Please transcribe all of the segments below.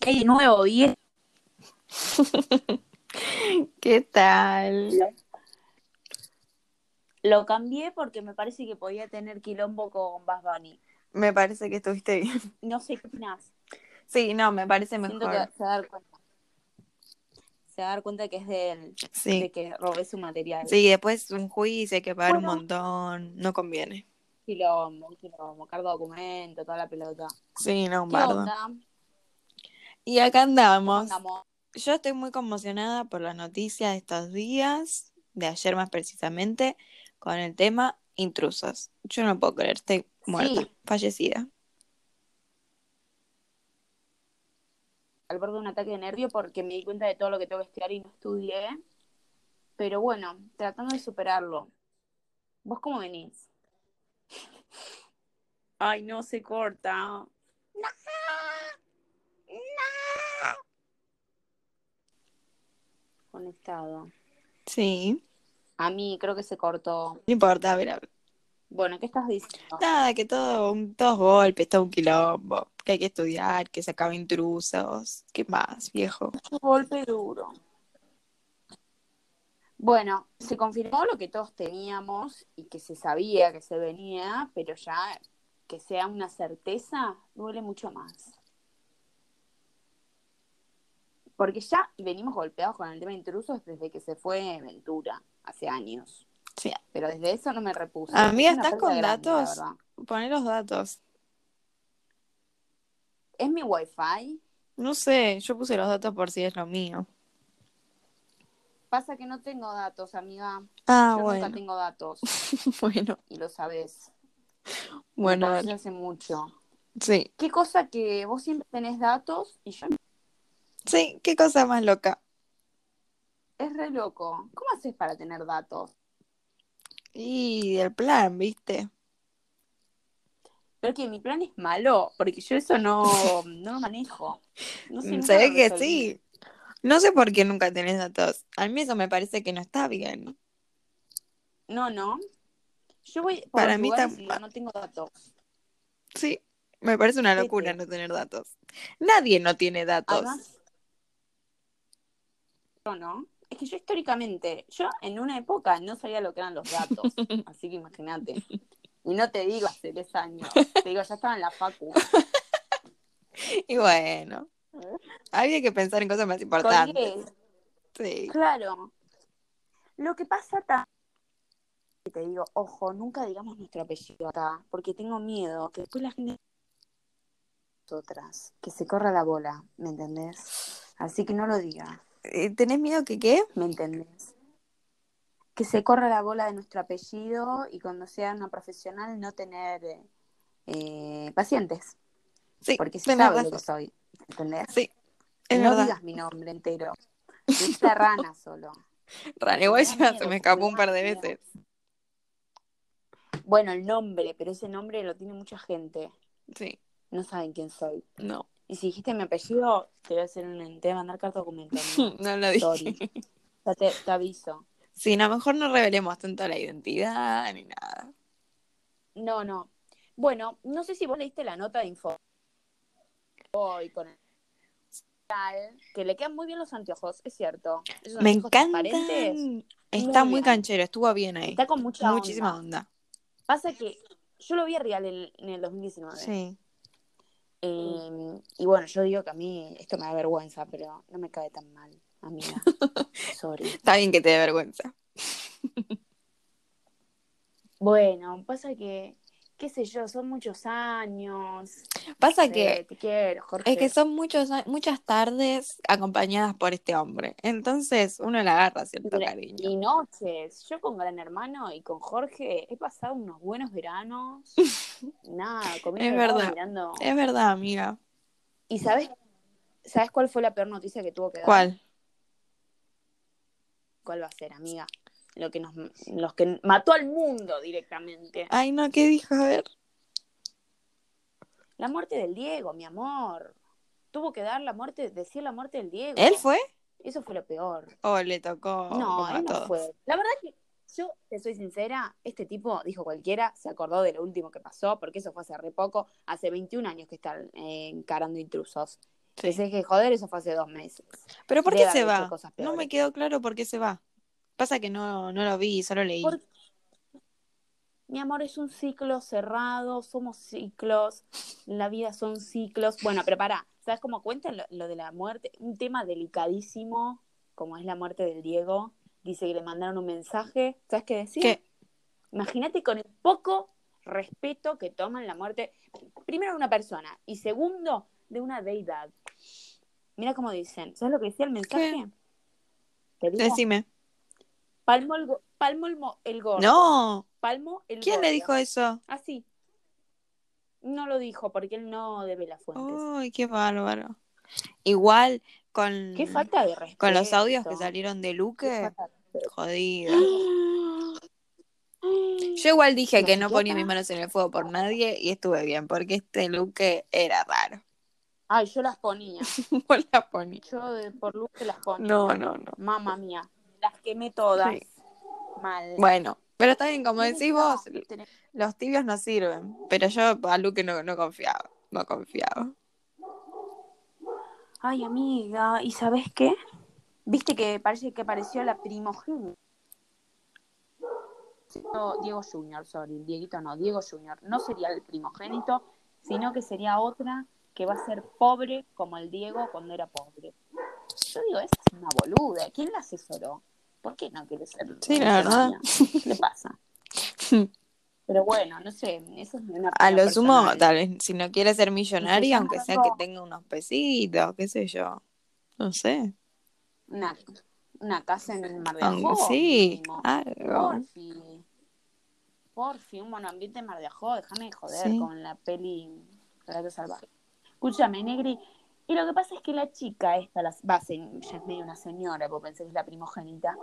¿Qué hay de nuevo, viejo? ¿Qué tal? Lo cambié porque me parece que podía tener quilombo con Bass Bunny. Me parece que estuviste bien. No sé qué opinás. Sí, no, me parece Siento mejor. que se va a dar cuenta. Se va a dar cuenta que es de él, de Sí. que robé su material. Sí, después un juicio, hay que pagar un Bueno. montón. No conviene. Quilombo, quilombo, cargo documento, toda la pelota. Sí, no, un ¿Qué bardo. onda? Y acá ¿Cómo andamos. andamos? Yo estoy muy conmocionada por la noticia de estos días, de ayer más precisamente, con el tema intrusos. Yo no puedo creer, estoy muerta, Sí. fallecida. Al borde de un ataque de nervio porque me di cuenta de todo lo que tengo que estudiar y no estudié. Pero bueno, tratando de superarlo. ¿Vos cómo venís? Ay, no se corta. Conectado. Sí, A mí creo que se cortó. no importa, a ver, a ver. Bueno, ¿qué estás diciendo? Nada, que todo, un, todos golpes, todo un quilombo, que hay que estudiar, que se acaban intrusos, ¿qué más, viejo? Un golpe duro. Bueno, se confirmó lo que todos teníamos y que se sabía que se venía, pero ya que sea una certeza duele mucho más. Porque ya venimos golpeados con el tema de intrusos desde que se fue Ventura, hace años. Sí. Pero desde eso no me repuse. Amiga, Es una ¿estás pérdida con grande, la datos? verdad. Poné los datos. ¿Es mi wifi? No sé, yo puse los datos por si es lo mío. Pasa que no tengo datos, amiga. Ah, Yo nunca bueno. tengo datos Bueno, y lo sabes. bueno, Bueno, dale. hace mucho. sí. Qué cosa que vos siempre tenés datos y yo Sí, qué cosa más loca. es re loco. ¿Cómo haces para tener datos? Y el plan, ¿viste? Pero que mi plan es malo, porque yo eso no, no lo manejo. No sé, nunca Mm, Se ve lo que resolví. sí. No sé por qué nunca tenés datos. A mí eso me parece que no está bien. No, no. Yo voy por Para los mí lugares tam- y no tengo datos. Sí, me parece una Ojete. locura no tener datos. Nadie no tiene datos. Además, yo no. Es que yo históricamente, yo en una época no sabía lo que eran los datos. así que imagínate. Y no te digo hace 10 años. Te digo, ya estaba en la facu. Y bueno, había que pensar en cosas más importantes. Colgué. Sí. Claro. Lo que pasa ta- que te digo, ojo, nunca digamos nuestro apellido acá, porque tengo miedo que después la gente otras, que se corra la bola, ¿me entendés? Así que no lo diga, Eh, ¿Tenés miedo que qué? ¿me entendés? Que se corra la bola de nuestro apellido y cuando sea una profesional no tener eh, eh, pacientes, Sí, porque se tenés sabe lo razón. que soy, ¿entendés? Sí, es no verdad. digas mi nombre entero, esta rana solo. Rara, igual Me da ya miedo, se me porque escapó me un da par de miedo. veces. Bueno, el nombre, pero ese nombre lo tiene mucha gente, Sí, no saben quién soy. no, Y si dijiste mi apellido, te voy a hacer un, te voy a mandar carta documentando. no lo dije. Sorry. Ya te, te aviso. Sí, a lo mejor no revelemos tanto la identidad ni nada. No, no. Bueno, no sé si vos leíste la nota de info. Hoy con el tal, que le quedan muy bien los anteojos, es cierto. Esos Me anteojos transparentes. encantan. Está Muy muy bien. canchero, estuvo bien ahí. Está con mucha Muchísima onda. onda. Pasa que yo lo vi a Real en, en el 2019. Sí. Mm. Eh, y bueno, yo digo que a mí esto me da vergüenza, pero no me cae tan mal, amiga. Sorry. Está bien que te dé vergüenza. Bueno, pasa que, qué sé yo, son muchos años. Pasa Sí, que te quiero, Jorge. es que son muchos, a- muchas tardes acompañadas por este hombre. Entonces uno le agarra cierto Gra- cariño. Y noches. Yo con Gran Hermano y con Jorge he pasado unos buenos veranos. Nada, comiendo Es helado, verdad. mirando. Es verdad, amiga. ¿Y sabes, sabes cuál fue la peor noticia que tuvo que dar? ¿Cuál? ¿Cuál va a ser, amiga? Lo que nos los que mató al mundo directamente. Ay, no, ¿qué dijo? A ver. La muerte del Diego, mi amor. Tuvo que dar la muerte, decir la muerte del Diego. ¿Él fue? Eso fue lo peor. ¿O le tocó? No, como a él no todos? fue. La verdad que yo te soy sincera, este tipo dijo cualquiera, se acordó de lo último que pasó, porque eso fue hace re poco, hace 21 años que están eh, encarando intrusos. Pensé que joder, eso fue hace dos meses. ¿Pero por Debe qué se haber hecho va? cosas No me peores. quedó claro por qué se va. Pasa que no, no lo vi, solo leí. Por- Mi amor, es un ciclo cerrado, somos ciclos, la vida son ciclos. Bueno, pero pará, ¿sabes cómo cuentan lo, lo de la muerte? Un tema delicadísimo, como es la muerte del Diego. Dice que le mandaron un mensaje. ¿Sabes qué decir? ¿Qué? Imagínate con el poco respeto que toman la muerte, primero de una persona y segundo de una deidad. Mira cómo dicen. ¿Sabes lo que decía el mensaje? Te digo, Decime. palmo el, go- palmo el, mo- el gordo. No. Palmo el ¿Quién le gordo. dijo eso? Así. Ah, No lo dijo porque él no debe las fuentes. Uy, qué bárbaro. Igual con, Qué falta de respeto. con los audios que salieron de Qué Luque, falta de jodido. respeto. Yo igual dije La que no ponía psicópata. mis manos en el fuego por nadie y estuve bien, porque este Luque era raro. Ay, yo las ponía. Vos la ponía. Yo de- por luz que las ponía. No, no, no. Mamma mía. Las quemé todas. Sí. Mal. Bueno, pero está bien, como ¿Quién decís estaba? vos, los tibios no sirven. Pero yo a Luque no, no confiaba, no confiaba. Ay, amiga, ¿y sabes qué? Viste que parece que apareció la primogénita. No, Diego Junior, sorry, Dieguito no, Diego Junior. No sería el primogénito, sino que sería otra que va a ser pobre como el Diego cuando era pobre. Yo digo, esa es una boluda. ¿Quién la asesoró? ¿Por qué no quiere ser? Sí, la verdad. millonaria? ¿Qué le pasa? Pero bueno, no sé, eso es una A lo opinión sumo, personal. tal vez, si no quiere ser millonaria, yo aunque no sea que tengo- tenga unos pesitos, qué sé yo. No sé. Una, una casa en el Mar de Aunque- Ajó, sí, mínimo. algo. Porfi. Porfi, un monoambiente en Mar de Ajó, déjame de joder Sí. con la peli Relato Salvaje. Escúchame, Negri. Y lo que pasa es que la chica esta, la, va, se- ya es medio una señora, porque pensé que es la primogénita,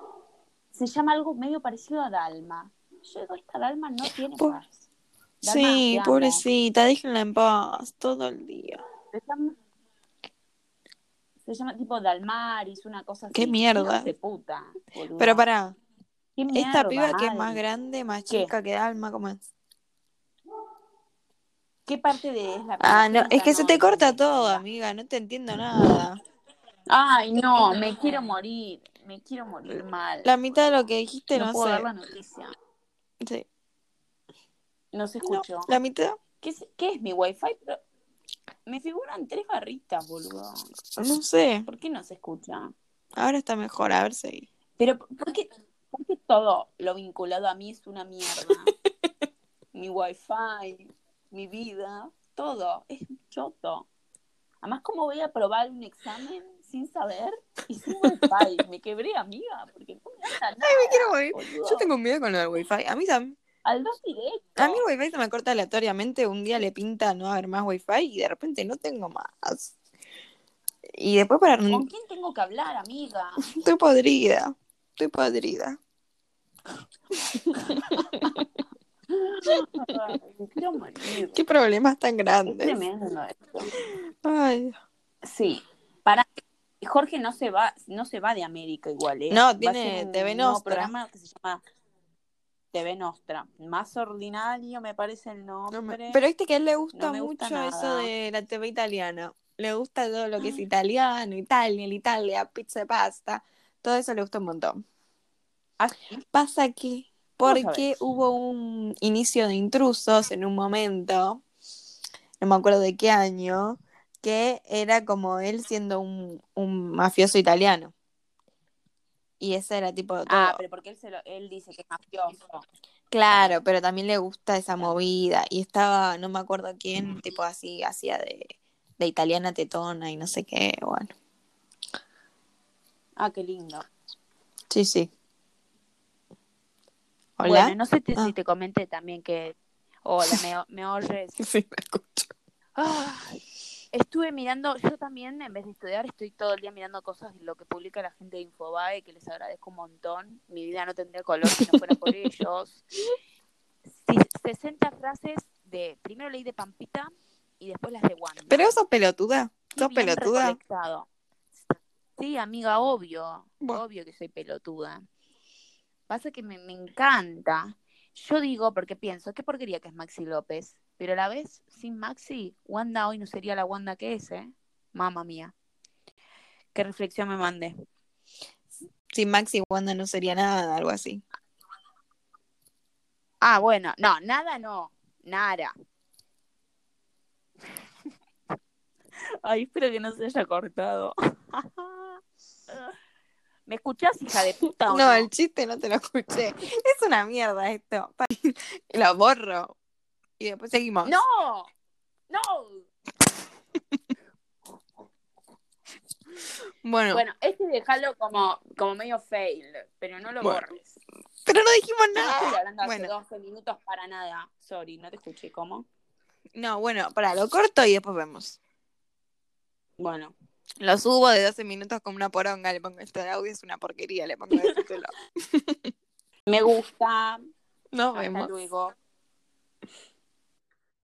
se llama algo medio parecido a Dalma. Yo digo, esta Dalma no tiene Po- más. Dalma, te Sí, amo. pobrecita, déjenla en paz todo el día. Se llama, se llama tipo Dalmaris, una cosa así. Qué mierda. Hijos De puta, boluda. Pero pará, Qué mierda, esta piba que es más mal. grande, más ¿Qué? chica que Dalma, ¿cómo es? ¿Qué parte de es la Ah, no, primogénita? es que se te No, corta entendí, todo, amiga. amiga, no te entiendo nada. Ay, no, me quiero morir, me quiero morir mal. La mitad de lo que dijiste no, no, puedo sé. ver la noticia. Sí. No se No, escuchó. la mitad, ¿Qué, es, qué es mi wifi? Pero me figuran tres barritas, boludo. no sé. ¿Por qué no se escucha? Ahora está mejor, a ver si. Pero ¿por qué, por qué todo lo vinculado a mí es una mierda? mi wifi, mi vida, todo, es un choto. Además, ¿cómo voy a aprobar un examen sin saber y sin wifi? me quebré, amiga, porque no me anda nada. Quiero morir. boludo. Yo tengo un miedo con lo del wifi. A mí, tam- Al dos directo. a mí el wifi se me corta aleatoriamente. Un día le pinta no haber más wifi y de repente no tengo más. Y después para... ¿Con quién tengo que hablar, amiga? Estoy podrida. Estoy podrida. Ay, me quiero morir. Qué problemas tan Es grandes. tremendo esto. Ay. Sí. Para Jorge no se va, no se va de América igual, ¿eh? No, Va a tiene ser un TV nuevo Nostra. programa que se llama TV Nostra. Más ordinario me parece el nombre. No me- Pero viste que a él le gusta no me mucho gusta eso nada. Ah. de la TV italiana. Le gusta todo lo que es italiano, Italia, el Italia, pizza, pasta. Todo eso le gusta un montón. Ah, sí. Pasa que ¿Cómo porque sabés? hubo un inicio de intrusos en un momento, no me acuerdo de qué año, que era como él siendo un, un mafioso italiano. Y ese era tipo todo. Ah, pero porque él se lo, él dice que es mafioso. Claro, pero también le gusta esa movida. Y estaba, no me acuerdo quién, tipo así, hacía de, de italiana tetona y no sé qué. Bueno, Ah, qué lindo. sí, sí. ¿Hola? Bueno, no sé te- si Ah. te comenté también que. Hola, me, me oyes. Sí, me escucho. Ay, estuve mirando, yo también en vez de estudiar estoy todo el día mirando cosas de lo que publica la gente de Infobae, que les agradezco un montón. Mi vida no tendría color si no fuera por ellos. Sí, 60 frases de, primero leí de Pampita y después las de Wanda. Pero vos sos pelotuda. Qué Sos bien pelotuda. recolectado. Sí, amiga, obvio, Bueno. obvio que soy pelotuda. Pasa que me, me encanta. Yo digo, porque pienso, qué porquería que es Maxi López. Pero a la vez, sin Maxi, Wanda hoy no sería la Wanda que es, ¿eh? Mamma mía. Qué reflexión me mandé. Sin Max y Wanda no sería nada, algo así. Ah, bueno, no, nada no. Nada. Ay, espero que no se haya cortado. ¿Me escuchás, hija de puta? No, o no? el chiste no te lo escuché. Es una mierda esto. Lo borro. Y después seguimos. ¡No! ¡No! Bueno, Bueno, este déjalo como, como medio fail, pero no lo Bueno. borres. pero no dijimos No nada. estoy hablando hace Bueno. 12 minutos para nada. Sorry, no te escuché. ¿Cómo? No, bueno, para lo corto y después vemos. Bueno. Lo subo de 12 minutos con una poronga, le pongo esto de audio, es una este porquería, le pongo el título. Me gusta. Nos Hasta vemos. luego.